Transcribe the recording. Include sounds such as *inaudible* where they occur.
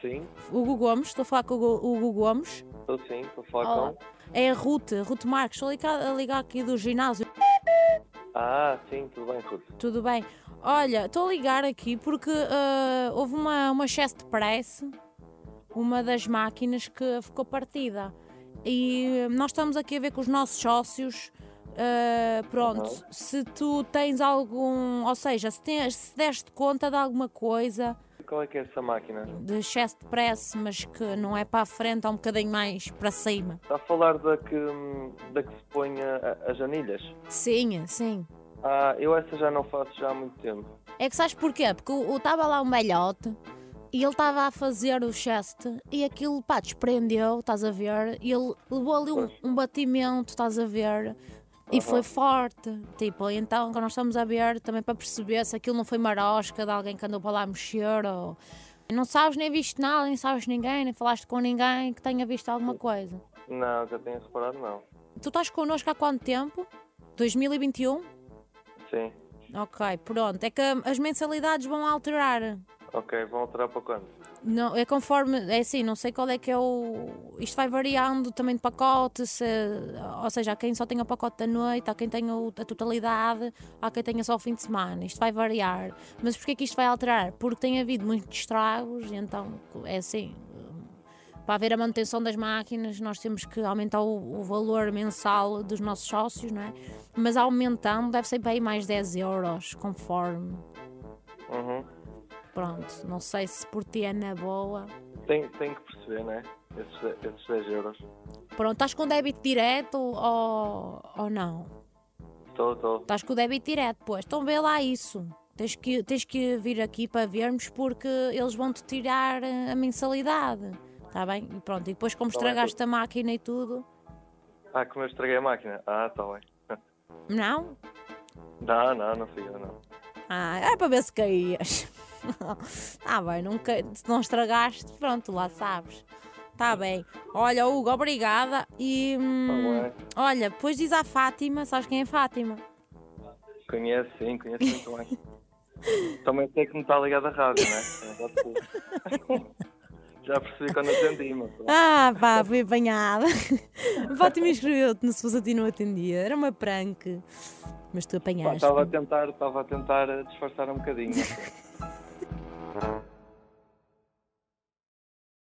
Sim, Hugo Gomes, estou a falar com o Hugo- o Hugo Gomes. estou sim, estou a falar Olá. com. É a Ruth, Ruth Marques, estou a ligar, a ligar aqui do ginásio. Ah, sim, tudo bem, Ruth. Tudo bem? Olha, estou a ligar aqui porque ah, houve uma, uma excesso de press, uma das máquinas que ficou partida. E nós estamos aqui a ver com os nossos sócios. ah, pronto, Uhum. se tu tens algum, ou seja, se, tens, se deste conta de alguma coisa Qual é que é essa máquina? de excesso de press, mas que não é para a frente, é um bocadinho mais para cima. Está a falar da que, hum, da que se põe a- as anilhas? Sim, sim. Ah, eu essa já não faço já há muito tempo. É que sabes porquê? Porque estava lá um velhote e ele estava a fazer o chest e aquilo, pá, desprendeu, estás a ver? E ele levou ali um, Pois. um batimento, estás a ver? E Aham. foi forte. Tipo, então, quando nós estamos a ver, também para perceber se aquilo não foi marosca de alguém que andou para lá mexer ou. Não sabes nem viste nada, nem sabes ninguém, nem falaste com ninguém que tenha visto alguma coisa. Não, já tenho reparado, não. Tu estás connosco há quanto tempo? 2021? Sim. Ok, pronto. É que hum, as mensalidades vão alterar. Ok, vão alterar para quando? Não, é conforme, é assim, não sei qual é que é o. Isto vai variando também de pacote, se, ou seja, há quem só tenha o pacote da noite, há quem tenha o- a totalidade, há quem tenha só o fim de semana, isto vai variar. Mas porquê que isto vai alterar? Porque tem havido muitos estragos, e então é assim, hum, para haver a manutenção das máquinas, nós temos que aumentar o, o valor mensal dos nossos sócios, não é? Mas aumentando deve ser bem mais 10 euros, conforme. Uhum. Pronto, não sei se por ti é na boa. Tenho, tenho que perceber, né? Esses, de- esses 10 euros. Pronto, estás com débito direto ou, ou não? Estou, estou. Estás com o débito direto, pois. Então vê lá isso. Tens que, tens que vir aqui para vermos porque eles vão-te tirar eh, a mensalidade. Está bem? E pronto, e depois como Tá bem, estragaste a máquina e tudo... Ah, como eu estraguei a máquina? Ah, está bem. Não? Não, não, não fui eu, não. Ah, era para ver se caías. *laughs* Está bem, não ca- se não estragaste, pronto, lá sabes. Está bem. Olha, Hugo, obrigada. E, hum, Tá bem. olha, depois diz à Fátima, sabes quem é a Fátima? Conheço, sim, conheço muito bem. Também sei que me está ligado à rádio, né? É, pode ser. *laughs* Já percebi quando atendi, mas pronto. Ah, pá, fui apanhada. *laughs* Fátima inscreveu-te no Se Fosse a Ti Não Atendia. Era uma prank. Mas tu Pá, apanhaste. Estava a tentar, estava a tentar eh, disfarçar um bocadinho. não sei.